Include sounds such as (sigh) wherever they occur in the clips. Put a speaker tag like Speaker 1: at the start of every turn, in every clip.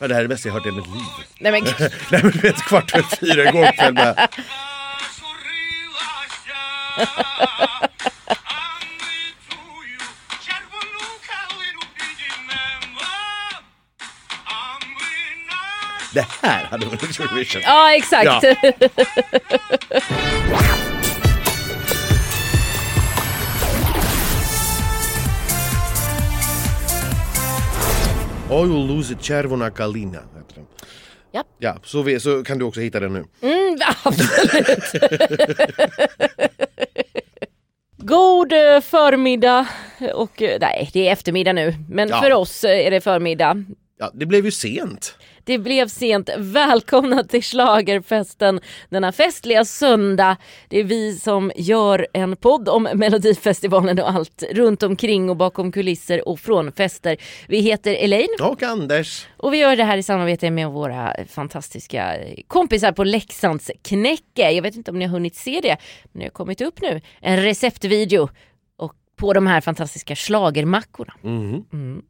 Speaker 1: Ja, det här är det bästa jag hört i hela mitt liv. (laughs)
Speaker 2: Nej men gud.
Speaker 1: Nej men du vet kvart över fyra igår kväll bara. Det här hade varit Eurovision.
Speaker 2: Ja exakt.
Speaker 1: Ja. Oh, you lose it, Cervona Kalina. heter den.
Speaker 2: Ja.
Speaker 1: Ja, så, vi, så kan du också hitta den nu.
Speaker 2: Mm, (laughs) absolut. (laughs) God eh, förmiddag och eh, nej det är eftermiddag nu men
Speaker 1: Ja.
Speaker 2: för oss eh, är det förmiddag.
Speaker 1: Ja, det blev ju sent.
Speaker 2: Det blev sent. Välkomna till Schlagerfesten denna festliga söndag. Det är vi som gör en podd om Melodifestivalen och allt runt omkring och bakom kulisser och från fester. Vi heter Elaine
Speaker 1: Och Anders.
Speaker 2: och vi gör det här i samarbete med våra fantastiska kompisar på Leksands knäcke. Jag vet inte om ni har hunnit se det, men det har kommit upp nu. En receptvideo och på de här fantastiska schlagermackorna.
Speaker 1: Mhm.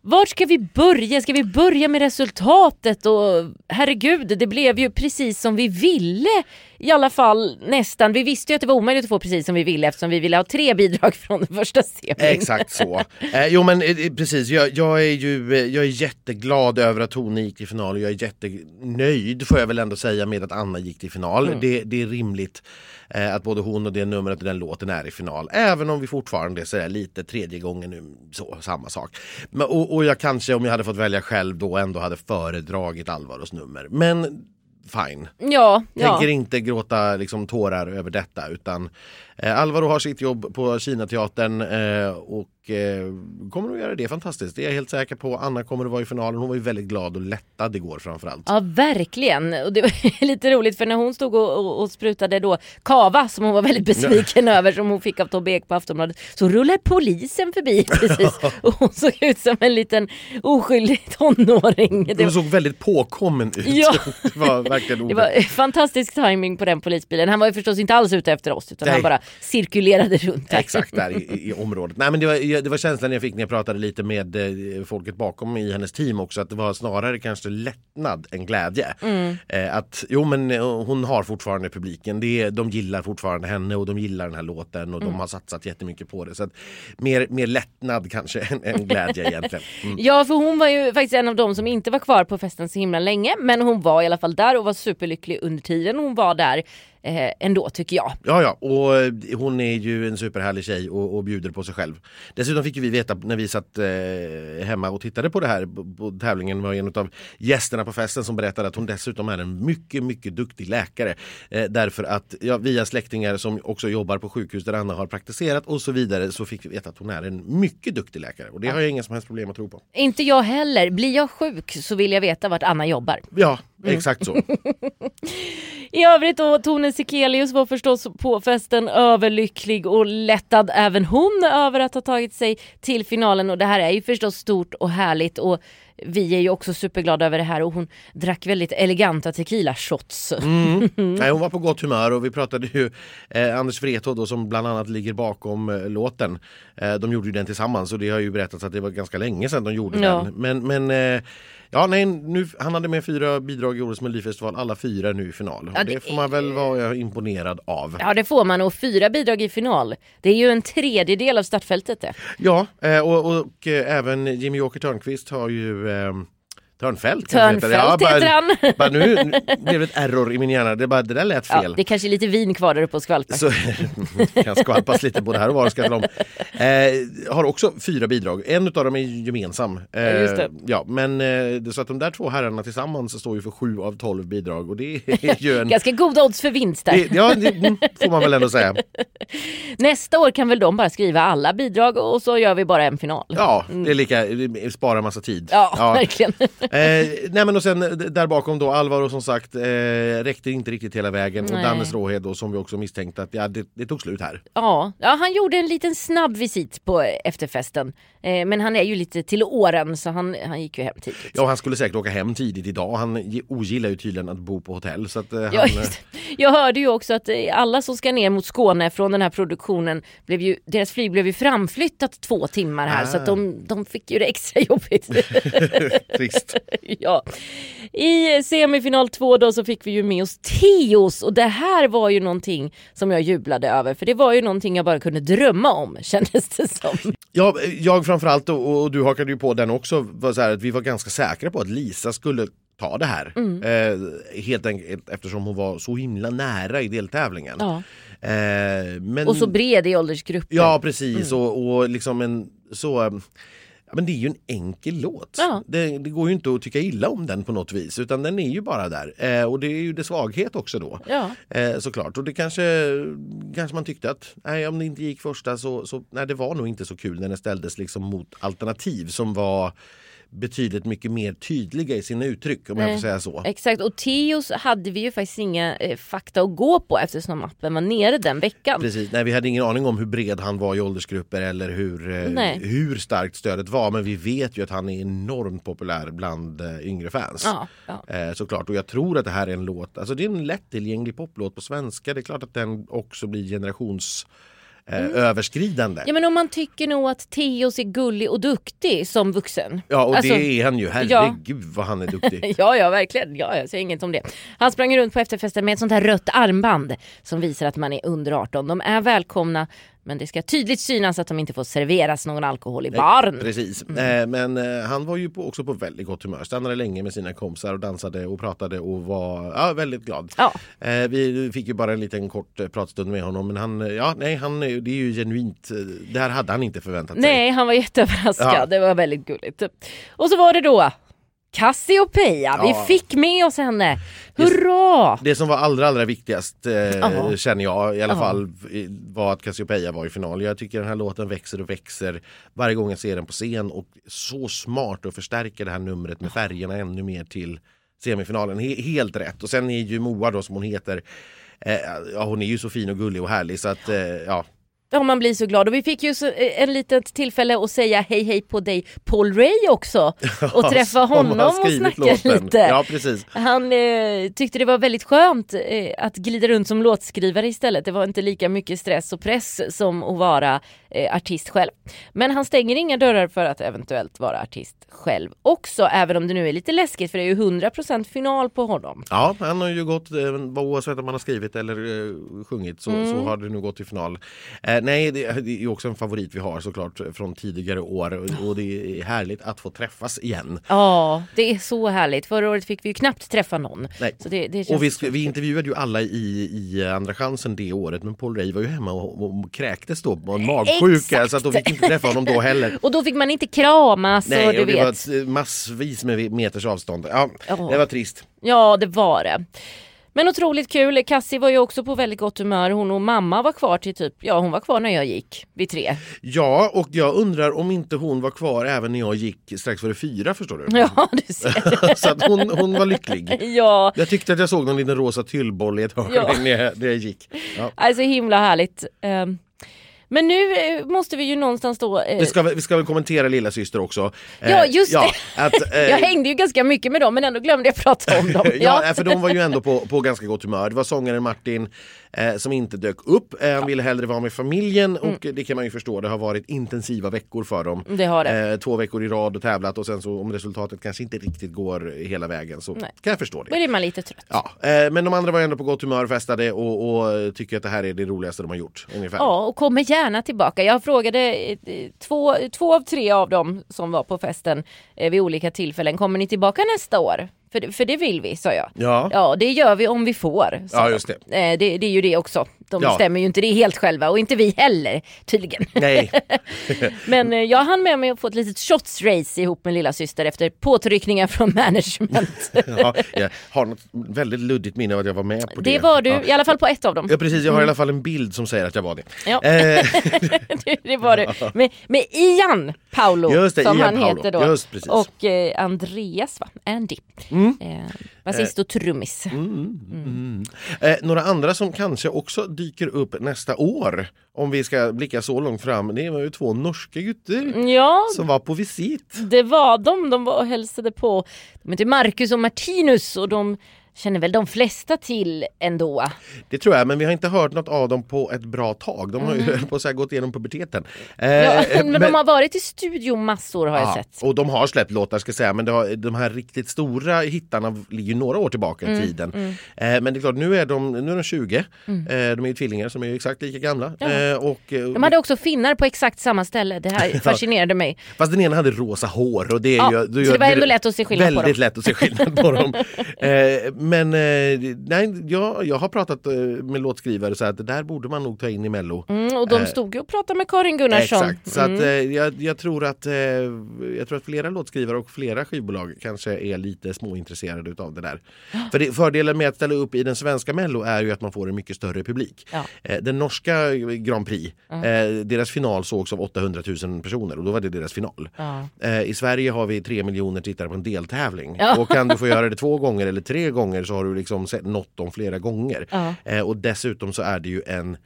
Speaker 2: Vart ska vi börja? Ska vi börja med resultatet? Och herregud, det blev ju precis som vi ville. I alla fall nästan. Vi visste ju att det var omöjligt att få precis som vi ville eftersom vi ville ha tre bidrag från den första semin.
Speaker 1: Exakt så. Eh, jo men eh, eh, precis, jag, jag är ju eh, jag är jätteglad över att Tone gick till final och jag är jättenöjd får jag väl ändå säga med att Anna gick till final. Det, det är rimligt eh, att både hon och det numret och den låten är i final. Även om vi fortfarande är sådär lite tredje gången nu, så, samma sak. Men, och, och jag kanske om jag hade fått välja själv då ändå hade föredragit Alvaros nummer. Men fine.
Speaker 2: Ja, ja.
Speaker 1: Tänker inte gråta liksom, tårar över detta utan eh, Alvaro har sitt jobb på Kinateatern eh, och eh, kommer att göra det fantastiskt. Det är jag helt säker på. Anna kommer att vara i finalen. Hon var ju väldigt glad och lättad igår framförallt.
Speaker 2: Ja verkligen, och det var (laughs) lite roligt för när hon stod och, och, och sprutade då kava som hon var väldigt besviken över som hon fick av Tobbe Ek på Aftonbladet så rullar polisen
Speaker 1: (laughs)
Speaker 2: förbi precis och hon såg ut som en liten oskyldig (laughs) tonåring. Det
Speaker 1: Hon såg väldigt påkommen ut.
Speaker 2: Ja.
Speaker 1: (laughs) det var verkligen
Speaker 2: Det
Speaker 1: ordet.
Speaker 2: var fantastisk timing på den polisbilen. Han var ju förstås inte alls ute efter oss utan
Speaker 1: Nej.
Speaker 2: han bara cirkulerade runt. här.
Speaker 1: Exakt där i, i området. Nej, men det, var, det var känslan jag fick när jag pratade lite med eh, folket bakom i hennes team också att det var snarare kanske lättnad än glädje. Eh, att jo men eh, hon har fortfarande publiken, det, är- de gillar fortfarande henne och de gillar den här låten och de har satsat jättemycket på det. Så att, mer, mer lättnad kanske än, än glädje egentligen. Mm.
Speaker 2: Ja för hon var ju faktiskt en av dem som inte var kvar på festen så himla länge men hon var i alla fall där och var superlycklig under tiden hon var där eh, ändå tycker jag.
Speaker 1: Ja, ja, och eh, hon är ju en superhärlig tjej och, och bjuder på sig själv. Dessutom fick ju vi veta när vi satt eh, hemma och tittade på det här på, på tävlingen var en av gästerna på festen som berättade att hon dessutom är en mycket, mycket duktig läkare. Eh, därför att ja, via släktingar som också jobbar på sjukhus där Anna har praktiserat och så vidare så fick vi veta att hon är en mycket duktig läkare och det har jag inga som helst problem att tro på.
Speaker 2: Inte jag heller. Blir jag sjuk så vill jag veta vart Anna jobbar.
Speaker 1: Ja, exakt så.
Speaker 2: I övrigt då, Tone Sekelius var förstås på festen överlycklig och lättad även hon över att ha tagit sig till finalen och det här är ju förstås stort och härligt och vi är ju också superglada över det här och hon drack väldigt eleganta tequila shots.
Speaker 1: Mm.
Speaker 2: Mm.
Speaker 1: Nej, hon var på gott humör och vi pratade ju eh, Anders Wrethov då som bland annat ligger bakom eh, låten. Eh, de gjorde ju den tillsammans och det har ju berättats att det var ganska länge sedan de gjorde
Speaker 2: Ja.
Speaker 1: den. Men, men eh, ja, nej, nu, han hade med fyra bidrag i årets Melodifestival, alla fyra nu i final.
Speaker 2: Ja,
Speaker 1: och det
Speaker 2: det
Speaker 1: får man väl vara imponerad av.
Speaker 2: Ja det får man och fyra bidrag i final. Det är ju en tredjedel av startfältet det.
Speaker 1: Ja, eh, och, och eh, även Jimmy Åker Törnqvist har ju eh, Törnfält, kanske
Speaker 2: Törnfält
Speaker 1: heter det. Ja, bara-
Speaker 2: heter han.
Speaker 1: Bara, nu, nu blev det ett error i min hjärna, det, bara, det där lät fel.
Speaker 2: Ja, det är kanske är lite vin kvar där uppe och skvalpar.
Speaker 1: (laughs) så kan skvalpas lite både här och var. Ska jag tala om. Eh, har också fyra bidrag. En av dem är ju gemensam. Eh,
Speaker 2: Ja, just det.
Speaker 1: ja, men eh, det är så att de där två herrarna tillsammans står ju för sju av tolv bidrag och det är (laughs) ju en...
Speaker 2: Ganska goda odds för vinst där.
Speaker 1: det, ja, det mm, får man väl ändå säga.
Speaker 2: Nästa år kan väl de bara skriva alla bidrag och så gör vi bara en final.
Speaker 1: Ja, det är lika, det sparar massa tid.
Speaker 2: Ja, verkligen. (laughs)
Speaker 1: Eh, nej men och sen eh, där bakom då Alvaro som sagt eh, räckte inte riktigt hela vägen och
Speaker 2: Nej.
Speaker 1: Dannes Råhed då som vi också misstänkte att ja, det, det tog slut här.
Speaker 2: Ja, ja, han gjorde en liten snabb visit på eh, efterfesten. Eh, men han är ju lite till åren så han, han gick ju hem tidigt.
Speaker 1: Ja, han skulle säkert åka hem tidigt idag. Han ge- ogillar ju tydligen att bo på hotell. Så att, eh,
Speaker 2: Ja,
Speaker 1: han, eh,
Speaker 2: just. det. Jag hörde ju också att eh, alla som ska ner mot Skåne från den här produktionen, blev ju, deras flyg blev ju
Speaker 1: Ah.
Speaker 2: framflyttat två timmar här så att de, de fick ju det extra jobbigt.
Speaker 1: trist.
Speaker 2: (laughs) ja. I semifinal 2 då så fick vi ju med oss Tios och det här var ju någonting som jag jublade över för det var ju någonting jag bara kunde drömma om (laughs) kändes det som.
Speaker 1: Ja, eh, jag framförallt och, och du hakade ju på den också, var så här att vi var ganska säkra på att Lisa skulle ta det här.
Speaker 2: Mm.
Speaker 1: Eh, helt enkelt eftersom hon var så himla nära i deltävlingen.
Speaker 2: Ja.
Speaker 1: Eh, men...
Speaker 2: Och så bred i åldersgruppen.
Speaker 1: Ja precis och, och liksom en så eh, ja, men det är ju en enkel låt.
Speaker 2: Ja.
Speaker 1: Det, det går ju inte att tycka illa om den på något vis utan den är ju bara där. Eh, och det är ju dess svaghet också då.
Speaker 2: Ja.
Speaker 1: Eh, såklart och det kanske, kanske man tyckte att nej, om det inte gick första så, så nej, det var nog inte så kul när den ställdes liksom mot alternativ som var betydligt mycket mer tydliga i sina uttryck om jag
Speaker 2: Nej.
Speaker 1: får säga så.
Speaker 2: Exakt och Tios hade vi ju faktiskt inga eh, fakta att gå på eftersom appen var nere den veckan.
Speaker 1: Precis, nej vi hade ingen aning om hur bred han var i åldersgrupper eller hur, eh,
Speaker 2: Nej.
Speaker 1: hur starkt stödet var men vi vet ju att han är enormt populär bland eh, yngre fans.
Speaker 2: Ja, ja.
Speaker 1: Eh, såklart och jag tror att det här är en låt, alltså det är en lättillgänglig poplåt på svenska. Det är klart att den också blir eh, generationsöverskridande.
Speaker 2: Mm. ja men om man tycker nog att Tios är gullig och duktig som vuxen.
Speaker 1: ja och
Speaker 2: Alltså,
Speaker 1: det är han ju, herregud vad han är duktig.
Speaker 2: (laughs) Ja, ja verkligen. Ja, jag säger inget om det. Han sprang runt på efterfesten med ett sånt här rött armband som visar att man är under 18. De är välkomna men det ska tydligt synas att de inte får serveras någon alkohol i baren.
Speaker 1: Precis, eh, men eh, han var ju på, också på väldigt gott humör. Stannade länge med sina kompisar och dansade och pratade och var ja, väldigt glad.
Speaker 2: Ja,
Speaker 1: Eh, vi fick ju bara en liten kort eh, pratstund med honom men han, eh, ja nej han, eh, det är ju genuint, eh, det här hade han inte förväntat sig.
Speaker 2: nej han var jätteöverraskad.
Speaker 1: Ja.
Speaker 2: Det var väldigt gulligt. Och så var det då Cassiopeia.
Speaker 1: Ja.
Speaker 2: Vi fick med oss henne.
Speaker 1: Just-
Speaker 2: Hurra!
Speaker 1: Det som var allra allra viktigast eh,
Speaker 2: Jaha.
Speaker 1: känner jag i alla
Speaker 2: Ja.
Speaker 1: fall eh, var att Cassiopeia var i final. Jag tycker den här låten växer och växer varje gång jag ser den på scen och så smart att förstärka det här numret med färgerna ännu mer till semifinalen. He- helt rätt och sen är ju Moa då som hon heter eh, ja, hon är ju så fin och gullig och härlig så att eh, ja
Speaker 2: Ja, man blir så glad. Och vi fick ju så, eh, en litet tillfälle att säga hej hej på dig Paul
Speaker 1: (laughs)
Speaker 2: Ray också. Och träffa
Speaker 1: som har
Speaker 2: honom och
Speaker 1: skrivit
Speaker 2: snacka lite.
Speaker 1: Ja precis.
Speaker 2: Han eh, tyckte det var väldigt skönt eh, att glida runt som låtskrivare istället. Det var inte lika mycket stress och press som att vara eh, artist själv. Men han stänger inga dörrar för att eventuellt vara artist själv också, även om det nu är lite läskigt för det är ju 100% final på honom.
Speaker 1: Ja, han har ju gått, eh, vad oavsett om han har skrivit eller eh, sjungit så,
Speaker 2: Mm.
Speaker 1: så har det nu gått till final. Eh, nej, det, det är ju också en favorit vi har såklart från tidigare år och, och det är härligt att få träffas igen.
Speaker 2: Ja, det är så härligt. Förra året fick vi ju knappt träffa någon.
Speaker 1: Nej.
Speaker 2: Så det, det
Speaker 1: Och vi,
Speaker 2: känns...
Speaker 1: sk- vi intervjuade ju alla i, i Andra chansen det året men Paul Ray var ju hemma och, och, och kräktes då på en magsjuka
Speaker 2: Exakt.
Speaker 1: så att då fick inte träffa honom då
Speaker 2: (laughs)
Speaker 1: heller.
Speaker 2: Och då fick man inte kramas och
Speaker 1: Nej,
Speaker 2: du
Speaker 1: och det
Speaker 2: vet.
Speaker 1: var ett, eh, massvis med meters avstånd. Ja,
Speaker 2: Ja.
Speaker 1: Det var trist.
Speaker 2: Ja, det var det. Men otroligt kul. Cassie var ju också på väldigt gott humör. Hon och mamma var kvar till typ, ja hon var kvar när jag gick vid tre. (laughs)
Speaker 1: Ja, och jag undrar om inte hon var kvar även när jag gick strax före fyra förstår du.
Speaker 2: Ja, du ser. (laughs)
Speaker 1: (laughs) så att hon, hon var lycklig.
Speaker 2: Ja,
Speaker 1: Jag tyckte att jag såg någon liten rosa tyllboll i ett hörn
Speaker 2: Ja.
Speaker 1: när, jag, när jag gick. Ja.
Speaker 2: alltså himla härligt. Ehm, Men nu eh, måste vi ju någonstans då... eh,
Speaker 1: Vi, ska, väl- vi ska väl kommentera lilla syster också. Eh,
Speaker 2: Ja, just
Speaker 1: det!
Speaker 2: (laughs)
Speaker 1: Att, eh,
Speaker 2: Jag hängde ju ganska mycket med dem men ändå glömde jag prata om dem.
Speaker 1: (laughs) Ja, för de var ju ändå på, på ganska gott humör. Det var sångaren Martin eh, som inte dök upp. Eh, han ville hellre vara med familjen och det kan man ju förstå. Det har varit intensiva veckor för dem.
Speaker 2: (laughs) Mm. Det har det.
Speaker 1: Eh, två veckor i rad och tävlat och sen så om resultatet kanske inte riktigt går hela vägen så
Speaker 2: Nej.
Speaker 1: kan jag förstå det.
Speaker 2: Då är man lite trött.
Speaker 1: Ja, eh, men de andra var ändå på gott humör, festade och, och tycker att det här är det roligaste de har gjort. Ungefär.
Speaker 2: Ja, och kommer gärna tillbaka. Jag frågade eh, två, två av tre av dem som var på festen eh, vid olika tillfällen, kommer ni tillbaka nästa år? För, det- för det vill vi, sa jag.
Speaker 1: Ja.
Speaker 2: Ja, det gör vi om vi får. sa
Speaker 1: Ja,
Speaker 2: de.
Speaker 1: just det.
Speaker 2: Eh, det. Det är ju det också. De
Speaker 1: Ja.
Speaker 2: bestämmer ju inte det helt själva och inte vi heller tydligen.
Speaker 1: Nej, (laughs)
Speaker 2: Men eh, jag hann med mig att få ett litet shots-race ihop med lilla syster efter påtryckningar från
Speaker 1: (laughs)
Speaker 2: management.
Speaker 1: ja, jag har något väldigt luddigt minne av att jag var med på det.
Speaker 2: det var Mm. du,
Speaker 1: Ja.
Speaker 2: i alla fall på ett av dem.
Speaker 1: Ja precis, jag har i alla fall en bild som säger att jag var det.
Speaker 2: Ja.
Speaker 1: Eh,
Speaker 2: (laughs) Det- det var du. Med, med Ian Paolo
Speaker 1: Just det,
Speaker 2: som
Speaker 1: Ian
Speaker 2: han
Speaker 1: Paolo.
Speaker 2: heter då.
Speaker 1: Just precis. Mm.
Speaker 2: och eh, Andreas va? Andy. Eh, Basist och trummis.
Speaker 1: eh, några andra som kanske också dyker upp nästa år, om vi ska blicka så långt fram, det var ju två norska gutter
Speaker 2: Ja,
Speaker 1: som var på visit.
Speaker 2: det var de. De var och hälsade på. De heter Marcus och Martinus och de känner väl de flesta till ändå.
Speaker 1: Det tror jag, men vi har inte hört något av dem på ett bra tag. De har ju höll på att säga gått igenom puberteten. Eh,
Speaker 2: Mm. Ja,
Speaker 1: eh,
Speaker 2: (laughs)
Speaker 1: Ah.
Speaker 2: men, de har varit i studio massor har jag
Speaker 1: Ja,
Speaker 2: sett.
Speaker 1: Och de har släppt låtar ska jag säga men det har, de här riktigt stora hittarna ligger ju några år tillbaka
Speaker 2: Mm,
Speaker 1: i tiden. Eh, men det är klart nu är de, nu är de 20, eh, de är ju tvillingar som är ju exakt lika gamla.
Speaker 2: Ja.
Speaker 1: Eh, och, eh,
Speaker 2: De hade också finnar på exakt samma ställe, det
Speaker 1: (laughs)
Speaker 2: här fascinerade mig.
Speaker 1: Fast den ena hade rosa hår och det är
Speaker 2: Ja,
Speaker 1: ju,
Speaker 2: så det var ändå lätt att se skillnad på
Speaker 1: väldigt
Speaker 2: dem.
Speaker 1: lätt att se skillnad på
Speaker 2: (laughs)
Speaker 1: dem. Eh, men eh, nej, jag, jag har pratat eh, med låtskrivare så att det där borde man nog ta in i mello.
Speaker 2: Mm, och de stod ju och pratade med Karin Gunnarsson.
Speaker 1: Eh.
Speaker 2: Mm.
Speaker 1: Exakt, så att, eh, jag, jag, tror att, eh, jag tror att flera låtskrivare och flera skivbolag kanske är lite småintresserade utav det
Speaker 2: (gasps)
Speaker 1: där. För det, fördelen med att ställa upp i den svenska Mello är ju att man får en mycket större publik.
Speaker 2: Ja. Mm.
Speaker 1: Eh, den norska Grand Prix, eh, deras final sågs av 800 000 personer och då var det deras final.
Speaker 2: Ja.
Speaker 1: Eh, I Sverige har vi tre miljoner tittare på en deltävling
Speaker 2: Ja.
Speaker 1: och kan du få
Speaker 2: (laughs)
Speaker 1: göra det två gånger eller tre gånger så har du liksom sett- nått dem flera gånger.
Speaker 2: Ja.
Speaker 1: Eh, och dessutom så är det ju en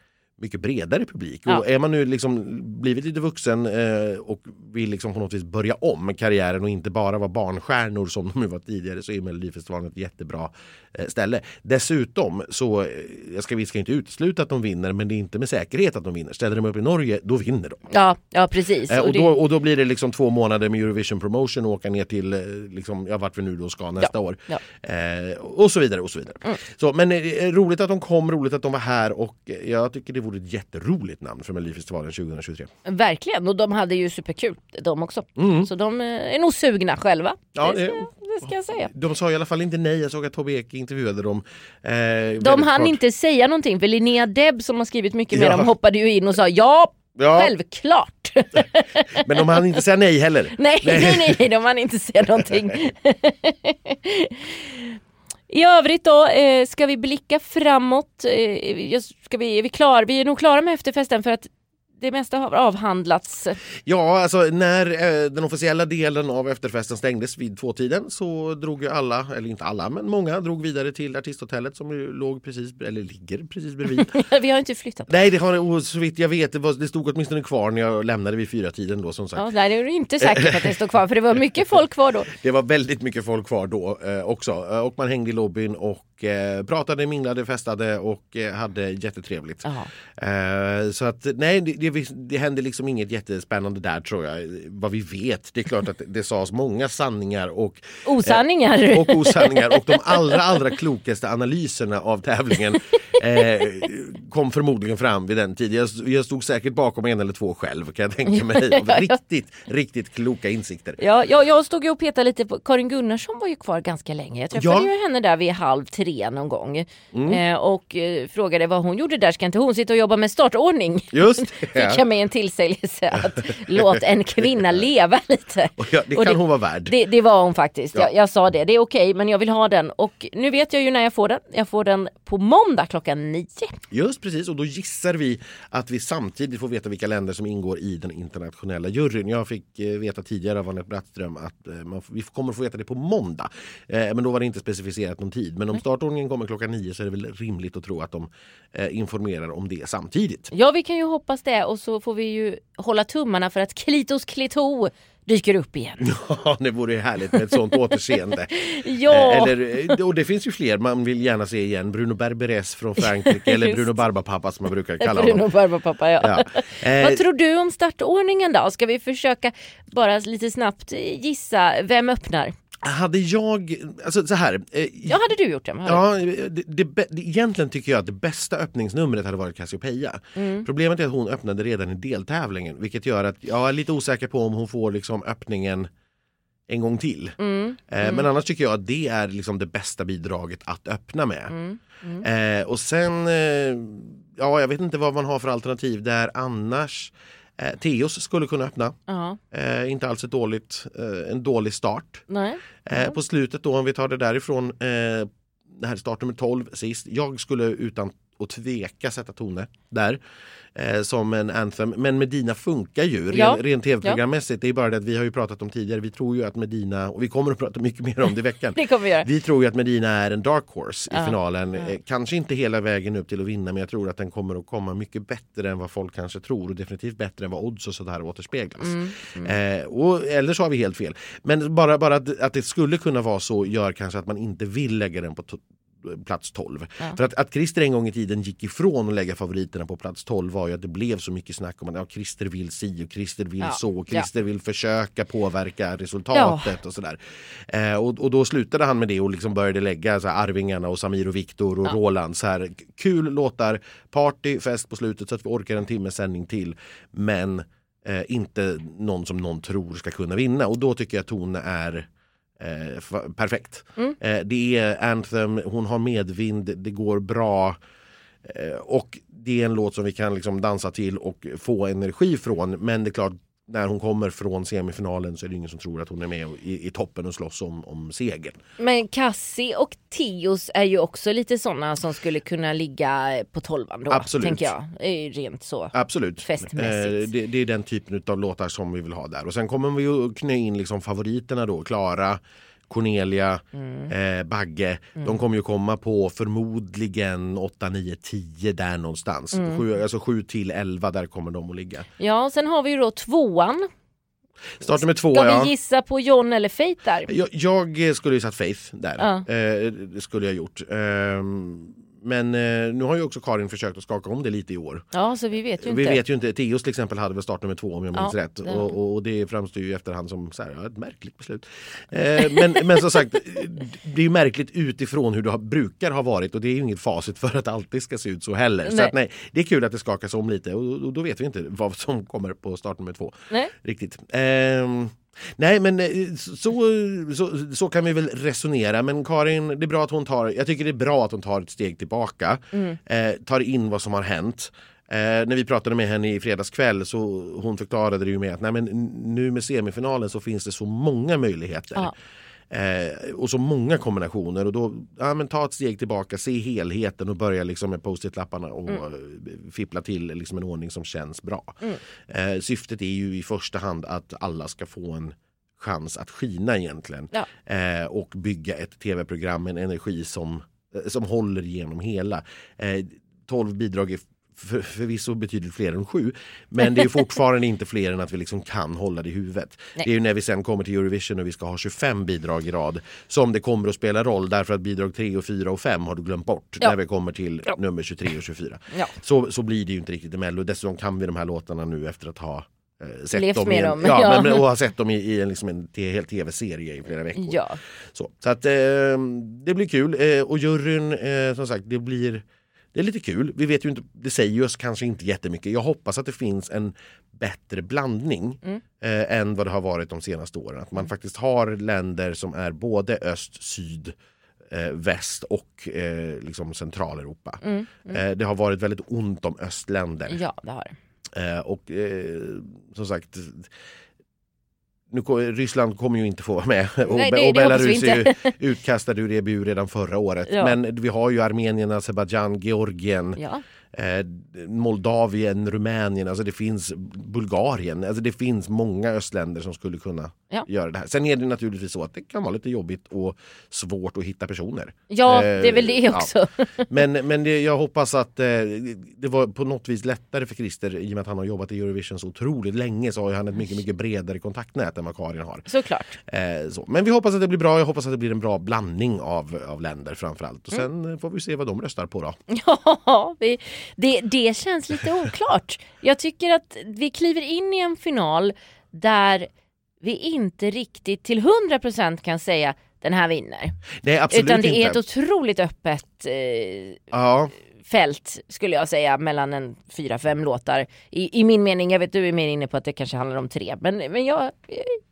Speaker 1: mycket bredare publik.
Speaker 2: Ja.
Speaker 1: Och är man nu liksom blivit lite vuxen eh, och vill liksom på något vis börja om karriären och inte bara vara barnstjärnor som (laughs) de ju var tidigare så är Melodifestivalen ett jättebra eh, ställe. Dessutom så, eh, jag ska, vi ska inte utesluta att de vinner men det är inte med säkerhet att de vinner. Ställer de upp i Norge, då vinner de.
Speaker 2: Ja, ja precis.
Speaker 1: Eh, och,
Speaker 2: det-
Speaker 1: då, och då blir det liksom två månader med Eurovision promotion och åka ner till eh, liksom, ja, vart vi nu då ska nästa år.
Speaker 2: ja. Mm.
Speaker 1: Eh, och så vidare och så vidare. Så, men eh, roligt att de kom, roligt att de var här och eh, jag tycker det vore ett jätteroligt namn för Melodifestivalen 2023.
Speaker 2: Verkligen, och de hade ju superkul de också. Så de eh, är nog sugna själva.
Speaker 1: Mm. Ja,
Speaker 2: det, ska,
Speaker 1: eh,
Speaker 2: det ska jag säga.
Speaker 1: De sa i alla fall inte nej, jag såg att Tobbe Ek intervjuade dem. eh, väldigt
Speaker 2: De hann
Speaker 1: kort.
Speaker 2: inte säga någonting för Linnea Deb som har skrivit mycket med
Speaker 1: Ja.
Speaker 2: dem hoppade ju in och sa ja,
Speaker 1: Ja,
Speaker 2: självklart. (laughs)
Speaker 1: men de hann inte säga nej heller.
Speaker 2: nej, nej, nej, nej, de hann inte säga någonting. (laughs) I övrigt då, eh, ska vi blicka framåt? Eh, jag- ska vi, är vi klara? Vi är nog klara med efterfesten för att det mesta har avhandlats. (laughs)
Speaker 1: Ja, alltså när eh, den officiella delen av efterfesten stängdes vid tvåtiden så drog ju alla, eller inte alla, men många drog vidare till artisthotellet som ju låg precis, eller ligger precis bredvid.
Speaker 2: vi har inte flyttat.
Speaker 1: Nej, det har och så vitt jag vet, det, var, det stod åtminstone kvar när jag lämnade vid fyra tiden då som sagt.
Speaker 2: Ja, nej, det är du inte säker på att det står kvar för det var mycket folk kvar då.
Speaker 1: Det var väldigt mycket folk kvar då eh, också eh, och man hängde i lobbyn och eh, pratade, minglade, festade och eh, hade jättetrevligt.
Speaker 2: Jaha.
Speaker 1: Eh, så att nej, det, det, vis- det hände liksom inget jättespännande där tror jag. eh, Vad vi vet, det är klart att det, det sades många sanningar och
Speaker 2: Osanningar.
Speaker 1: och osanningar och de allra allra klokaste analyserna av tävlingen eh, kom förmodligen fram vid den tiden. Jag, jag stod säkert bakom en eller två själv kan jag tänka mig. Av riktigt, riktigt kloka insikter.
Speaker 2: Ja, jag, jag stod ju och petade lite på, Karin Gunnarsson var ju kvar ganska länge. Jag träffade
Speaker 1: Ja. Mm.
Speaker 2: ju henne där vid halv tre någon gång. Eh, och eh, frågade vad hon gjorde där, ska inte hon sitta och jobba med startordning? (laughs)
Speaker 1: Just
Speaker 2: Fick jag
Speaker 1: det.
Speaker 2: mig en
Speaker 1: (laughs)
Speaker 2: tillsägelse att låt en kvinna leva lite.
Speaker 1: Och ja, det
Speaker 2: Och
Speaker 1: kan hon vara värd.
Speaker 2: Det, det var hon faktiskt.
Speaker 1: Ja.
Speaker 2: Jag, jag sa det, det är okej men jag vill ha den. Och nu vet jag ju när jag får den. Jag får den på måndag klockan nio.
Speaker 1: Just precis och då gissar vi att vi samtidigt får veta vilka länder som ingår i den internationella juryn. Jag fick eh, veta tidigare av Anette Brattström att eh, man, f- vi kommer få veta det på måndag. Eh, men då var det inte specificerat någon tid. Men om startordningen kommer klockan nio så är det väl rimligt att tro att de eh, informerar om det samtidigt. (laughs)
Speaker 2: Ja vi kan ju hoppas det och så får vi ju hålla tummarna för att Klitos Klito dyker upp igen.
Speaker 1: Ja, det vore ju härligt med ett sånt återseende.
Speaker 2: (laughs) Ja.
Speaker 1: Eh, Eller, eh, och det finns ju fler man vill gärna se igen. Bruno Berberes från
Speaker 2: (laughs)
Speaker 1: Frankrike eller
Speaker 2: Just.
Speaker 1: Bruno Barbapapa som man brukar
Speaker 2: (laughs)
Speaker 1: kalla
Speaker 2: Bruno
Speaker 1: honom.
Speaker 2: Barbapapa ja.
Speaker 1: Ja. Eh,
Speaker 2: Vad tror du om startordningen då? Ska vi försöka bara lite snabbt gissa vem öppnar?
Speaker 1: hade jag, alltså så här. eh,
Speaker 2: Ja, hade du gjort det? Vad har
Speaker 1: Ja, det, det, bä- det, egentligen tycker jag att det bästa öppningsnumret hade varit Cassiopeia.
Speaker 2: Mm.
Speaker 1: Problemet är att hon öppnade redan i deltävlingen vilket gör att jag är lite osäker på om hon får liksom öppningen en gång till.
Speaker 2: du? Mm.
Speaker 1: Eh, Men annars tycker jag att det är liksom det bästa bidraget att öppna med.
Speaker 2: Mm.
Speaker 1: Eh, och sen, eh, ja jag vet inte vad man har för alternativ där annars. Eh, Theos skulle kunna öppna,
Speaker 2: Ja,
Speaker 1: eh, inte alls ett dåligt, eh, en dålig start.
Speaker 2: nej.
Speaker 1: Eh,
Speaker 2: Mm.
Speaker 1: på slutet då om vi tar det därifrån, eh, det här startnummer 12 sist. Jag skulle utan att tveka sätta toner där eh, som en anthem. Men Medina funkar ju ren,
Speaker 2: Ja.
Speaker 1: rent tv-programmässigt. Det är bara det att vi har ju pratat om tidigare. Vi tror ju att Medina, och vi kommer att prata mycket mer om det i veckan.
Speaker 2: (laughs) Det kommer vi göra.
Speaker 1: Vi tror ju att Medina är en dark horse i
Speaker 2: Ja.
Speaker 1: finalen. Eh, Kanske inte hela vägen upp till att vinna men jag tror att den kommer att komma mycket bättre än vad folk kanske tror och definitivt bättre än vad odds och sådär återspeglas.
Speaker 2: Mm.
Speaker 1: Eh, och, eller så har vi helt fel. Men bara, bara att, att det skulle kunna vara så gör kanske att man inte vill lägga den på to- plats 12.
Speaker 2: Ja.
Speaker 1: För att, att Christer en gång i tiden gick ifrån att lägga favoriterna på plats 12 var ju att det blev så mycket snack om att ja, Christer vill si och Christer vill
Speaker 2: Ja.
Speaker 1: så och
Speaker 2: Ja.
Speaker 1: Christer vill försöka påverka resultatet och sådär. Eh, och, och då slutade han med det och liksom började lägga så här, Arvingarna och Samir och Viktor och Roland så här k- kul låtar, party, fest på slutet så att vi orkar en timme sändning till. Men eh, inte någon som någon tror ska kunna vinna och då tycker jag Tone är eh, fa- perfekt. Eh, det är Anthem, hon har medvind, det går bra eh, och det är en låt som vi kan liksom dansa till och få energi från men det är klart när hon kommer från semifinalen så är det ingen som tror att hon är med och- i, i toppen och slåss om, om segern.
Speaker 2: Men Cassie och Tios är ju också lite sådana som skulle kunna ligga eh, på tolvan då.
Speaker 1: Absolut.
Speaker 2: Tänker jag. Eh, Rent så.
Speaker 1: Absolut.
Speaker 2: Festmässigt.
Speaker 1: Eh, det, det är den typen av låtar som vi vill ha där. Och sen kommer vi att knö in liksom favoriterna då. Klara, Cornelia,
Speaker 2: Mm.
Speaker 1: eh, Bagge. De kommer ju komma på förmodligen 8, 9, 10 där någonstans.
Speaker 2: Mm.
Speaker 1: Sju, alltså 7 till 11 där kommer de att ligga.
Speaker 2: Ja, sen har vi ju då tvåan.
Speaker 1: Startar med två
Speaker 2: Ska
Speaker 1: ja.
Speaker 2: vi gissa på John eller Faith där?
Speaker 1: Jag, jag eh, skulle ju satt Faith där.
Speaker 2: Ja.
Speaker 1: Eh, det skulle jag gjort. Ehm, men eh, nu har ju också Karin försökt att skaka om det lite i år.
Speaker 2: Ja, så vi vet ju
Speaker 1: Vi
Speaker 2: inte.
Speaker 1: vet ju inte, Teos till exempel hade väl startnummer två om jag minns
Speaker 2: Ja,
Speaker 1: rätt
Speaker 2: det-
Speaker 1: och, och- och det framstår ju i efterhand som så här, ja, ett märkligt beslut. Eh, men, men som sagt, det är ju märkligt utifrån hur det har, brukar ha varit och det är ju inget facit för att det alltid ska se ut så heller. Så
Speaker 2: Nej.
Speaker 1: att, nej, det är kul att det skakas om lite och, och då vet vi inte vad som kommer på startnummer två.
Speaker 2: Nej.
Speaker 1: Riktigt. Ehm, Nej men eh, så, så, så kan vi väl resonera men Karin det är bra att hon tar, jag tycker det är bra att hon tar ett steg tillbaka.
Speaker 2: Mm.
Speaker 1: Eh, tar in vad som har hänt. Eh, när vi pratade med henne i fredagskväll så hon förklarade det ju med att nej, men nu med semifinalen så finns det så många möjligheter.
Speaker 2: Ja.
Speaker 1: Eh, och så många kombinationer och då ja, men ta ett steg tillbaka, se helheten och börja liksom med post-it-lapparna och eh, fippla till liksom en ordning som känns bra. Eh, syftet är ju i första hand att alla ska få en chans att skina egentligen
Speaker 2: Ja.
Speaker 1: eh, och bygga ett tv-program med en energi som, eh, som håller genom hela. Eh, 12 bidrag är för, förvisso betydligt fler än sju men det
Speaker 2: (laughs)
Speaker 1: är ju fortfarande inte fler än att vi liksom kan hålla det i huvudet.
Speaker 2: Nej.
Speaker 1: Det är ju när vi sen kommer till Eurovision och vi ska ha 25 bidrag i rad som det kommer att spela roll därför att bidrag 3 och 4 och 5 har du glömt bort
Speaker 2: Ja.
Speaker 1: när vi kommer till
Speaker 2: Ja.
Speaker 1: nummer 23 och 24.
Speaker 2: Ja.
Speaker 1: Så, så blir det ju inte riktigt i Mello. Dessutom kan vi de här låtarna nu efter att ha eh, sett
Speaker 2: Levt
Speaker 1: dem, i
Speaker 2: med
Speaker 1: en,
Speaker 2: dem,
Speaker 1: Ja,
Speaker 2: (laughs) ja.
Speaker 1: Men, men- och har sett dem i, i en, liksom en t- hel tv-serie i flera veckor.
Speaker 2: Ja.
Speaker 1: Så, så att, eh, det blir kul eh, och juryn eh, som sagt det blir det är lite kul. Vi vet ju inte, det säger ju oss kanske inte jättemycket. Jag hoppas att det finns en bättre blandning eh, än vad det har varit de senaste åren. Att man faktiskt har länder som är både öst, syd, eh, väst och eh, liksom Centraleuropa. Eh, det har varit väldigt ont om östländer.
Speaker 2: Mm. Ja, det har det.
Speaker 1: Eh, och eh, som sagt nu, ko- Ryssland kommer ju inte få vara med och,
Speaker 2: Nej,
Speaker 1: Be-
Speaker 2: det-
Speaker 1: och
Speaker 2: det hoppas vi
Speaker 1: Belarus är ju
Speaker 2: (laughs)
Speaker 1: utkastade ur EBU redan förra året.
Speaker 2: Ja.
Speaker 1: Men vi har ju Armenien, Azerbajdzjan, Georgien,
Speaker 2: Ja.
Speaker 1: eh, Moldavien, Rumänien, alltså det finns Bulgarien. Alltså det finns många östländer som skulle kunna
Speaker 2: Ja.
Speaker 1: göra det här. Sen är det naturligtvis så att det kan vara lite jobbigt och svårt att hitta personer.
Speaker 2: ja,
Speaker 1: Eh,
Speaker 2: det är väl det
Speaker 1: ja.
Speaker 2: också. (laughs)
Speaker 1: Men, men det, jag hoppas att eh, det var på något vis lättare för Christer i och med att han har jobbat i Eurovision så otroligt länge så har ju han ett mycket, mycket bredare kontaktnät än vad Karin har.
Speaker 2: Såklart.
Speaker 1: Eh, så. Men vi hoppas att det blir bra. Jag hoppas att det blir en bra blandning av, av länder framförallt. Och sen
Speaker 2: Mm.
Speaker 1: eh, får vi se vad de röstar på då.
Speaker 2: Ja, (laughs) vi, det, det känns lite oklart. Jag tycker att vi kliver in i en final där vi inte riktigt till 100% kan säga den här vinner.
Speaker 1: Nej absolut
Speaker 2: Utan det
Speaker 1: inte.
Speaker 2: är ett otroligt öppet eh,
Speaker 1: ja.
Speaker 2: fält skulle jag säga mellan en fyra, fem låtar. I, I min mening, jag vet du är mer inne på att det kanske handlar om tre, men, men jag, eh,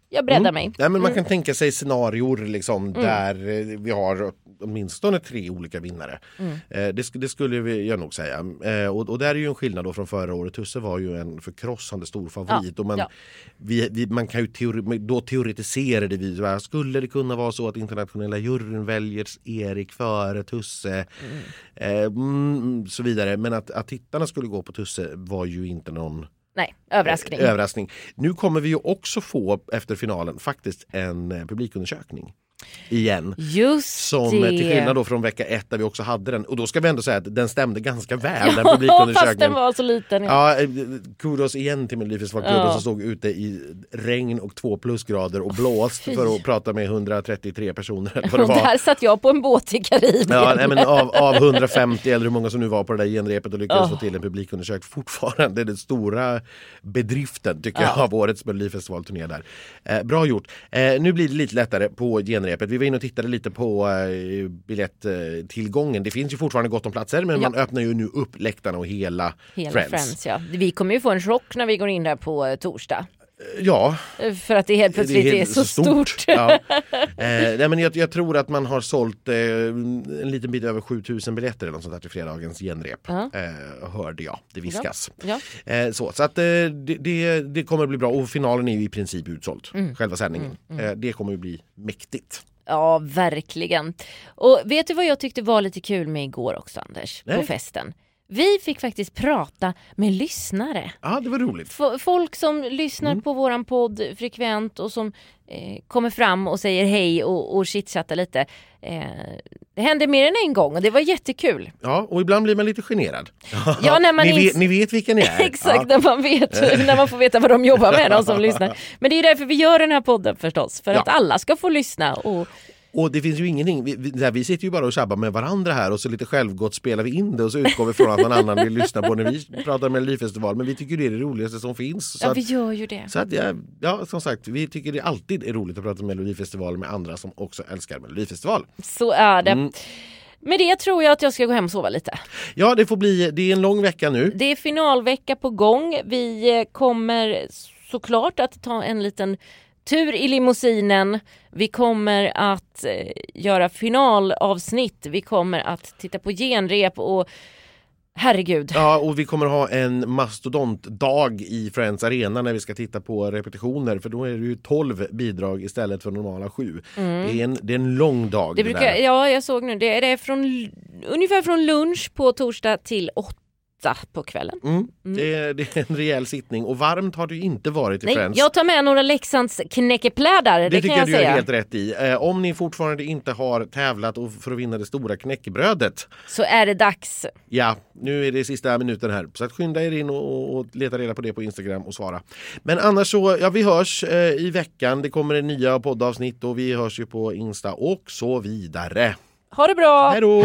Speaker 2: jag breddar mig. Mm.
Speaker 1: Nej, men man kan tänka sig scenarior liksom, där eh, vi har åtminstone tre olika vinnare.
Speaker 2: Mm.
Speaker 1: Eh, det, sk- det skulle vi- jag nog säga. Eh, och, och där är ju en skillnad då från förra året. Tusse var ju en förkrossande stor favorit.
Speaker 2: Ja,
Speaker 1: och man,
Speaker 2: ja.
Speaker 1: vi, vi, man kan ju teori, men då teoretiserade vi. Så här, skulle det kunna vara så att internationella juryn väljer Erik före Tusse? Eh, mm, så vidare. Men att, att tittarna skulle gå på Tusse var ju inte någon
Speaker 2: Nej, överraskning.
Speaker 1: överraskning. Nu kommer vi ju också få efter finalen faktiskt en eh, publikundersökning. igen.
Speaker 2: Just
Speaker 1: Som
Speaker 2: det.
Speaker 1: eh, till skillnad då från vecka ett där vi också hade den, och då ska vi ändå säga att den stämde ganska väl den
Speaker 2: Ja, (laughs) fast den
Speaker 1: publikundersökningen.
Speaker 2: var så liten. Ja.
Speaker 1: Ja, eh, kudos igen till Melodifestivalklubben
Speaker 2: Ja.
Speaker 1: som stod ute i regn och två plusgrader och blåst
Speaker 2: fy.
Speaker 1: för att prata med 133 personer eller vad det
Speaker 2: Och
Speaker 1: var.
Speaker 2: där satt jag på en båt i Karibien.
Speaker 1: Ja, nej, men av, av 150 eller hur många som nu var på det där genrepet och lyckades
Speaker 2: Oh.
Speaker 1: få till en publikundersök fortfarande. Det är den stora bedriften tycker jag
Speaker 2: Ja.
Speaker 1: av årets Melodifestivalturné där. Eh, bra gjort. Eh, nu blir det lite lättare på genrepet. Vi var inne och tittade lite på eh, biljettillgången. Det finns ju fortfarande gott om platser men
Speaker 2: Ja.
Speaker 1: man öppnar ju nu upp läktarna och hela,
Speaker 2: Hela
Speaker 1: Friends.
Speaker 2: Friends. ja. Vi kommer ju få en chock när vi går in där på eh, torsdag.
Speaker 1: Eh, Ja,
Speaker 2: Eh, För att det helt plötsligt är,
Speaker 1: helt
Speaker 2: så stort. (laughs)
Speaker 1: Ja. Eh, nej, men jag, jag tror att man har sålt eh, en liten bit över 7000 biljetter eller något sånt där till fredagens genrep.
Speaker 2: Ja.
Speaker 1: Eh, hörde jag, det viskas.
Speaker 2: Ja.
Speaker 1: Eh, så så att, eh, det, det, det kommer att bli bra och finalen är ju i princip utsåld.
Speaker 2: Mm.
Speaker 1: Själva sändningen. Eh, det kommer att bli mäktigt.
Speaker 2: ja, verkligen. Och vet du vad jag tyckte var lite kul med igår också Anders? På
Speaker 1: Nej.
Speaker 2: festen. Vi fick faktiskt prata med lyssnare.
Speaker 1: Ja, det var roligt.
Speaker 2: F- folk som lyssnar på våran podd frekvent och som eh, kommer fram och säger hej och, och chitchattar lite. Eh, det hände mer än en gång och det var jättekul.
Speaker 1: Ja, och ibland blir man lite generad.
Speaker 2: Ja, när
Speaker 1: (laughs)
Speaker 2: man
Speaker 1: ni,
Speaker 2: ins-
Speaker 1: vet, ni vet vilka ni är.
Speaker 2: (laughs) Exakt,
Speaker 1: Ja.
Speaker 2: när, man vet, när man får veta vad de jobbar med, de
Speaker 1: (laughs)
Speaker 2: som lyssnar. Men det är ju därför vi gör den här podden förstås, för
Speaker 1: Ja.
Speaker 2: att alla ska få lyssna. Och,
Speaker 1: Och det finns ju ingenting, vi, vi, där vi sitter ju bara och tjabbar med varandra här och så lite självgott spelar vi in det och så utgår vi från att någon annan vill lyssna på när vi pratar med Melodifestival. Men vi tycker det är det roligaste som finns. Så
Speaker 2: ja,
Speaker 1: att,
Speaker 2: vi gör ju det.
Speaker 1: så att, ja, ja, som sagt, vi tycker det alltid är roligt att prata Melodifestival med andra som också älskar Melodifestival.
Speaker 2: Så är det.
Speaker 1: Mm.
Speaker 2: Med det tror jag att jag ska gå hem och sova lite.
Speaker 1: Ja, det får bli, det är en lång vecka nu.
Speaker 2: Det är finalvecka på gång. Vi eh, kommer såklart att ta en liten tur i limousinen. Vi kommer att eh, göra finalavsnitt. Vi kommer att titta på genrep och herregud.
Speaker 1: Ja, och vi kommer ha en mastodontdag i Friends Arena när vi ska titta på repetitioner för då är det ju 12 bidrag istället för normala 7. Det, är en, det är en lång dag.
Speaker 2: Mm. Det
Speaker 1: det
Speaker 2: brukar,
Speaker 1: där.
Speaker 2: ja, jag såg nu. Det är, det är från, l- ungefär från lunch på torsdag till åtta på kvällen.
Speaker 1: Mm. Det, är, det är en rejäl sittning och varmt har det ju inte varit i
Speaker 2: Nej,
Speaker 1: Friends.
Speaker 2: jag tar med några Leksands knäckeplädar. Det,
Speaker 1: det,
Speaker 2: kan
Speaker 1: tycker
Speaker 2: jag
Speaker 1: jag du
Speaker 2: säga.
Speaker 1: är helt rätt i. Eh, om ni fortfarande inte har tävlat och för att vinna det stora knäckebrödet.
Speaker 2: Så är det dags.
Speaker 1: Ja, nu är det sista minuten här. Så att skynda er in och, och, och leta reda på det på Instagram och svara. Men annars så, ja vi hörs eh, i veckan. Det kommer nya poddavsnitt och vi hörs ju på Insta och så vidare.
Speaker 2: Ha det bra!
Speaker 1: Hej då!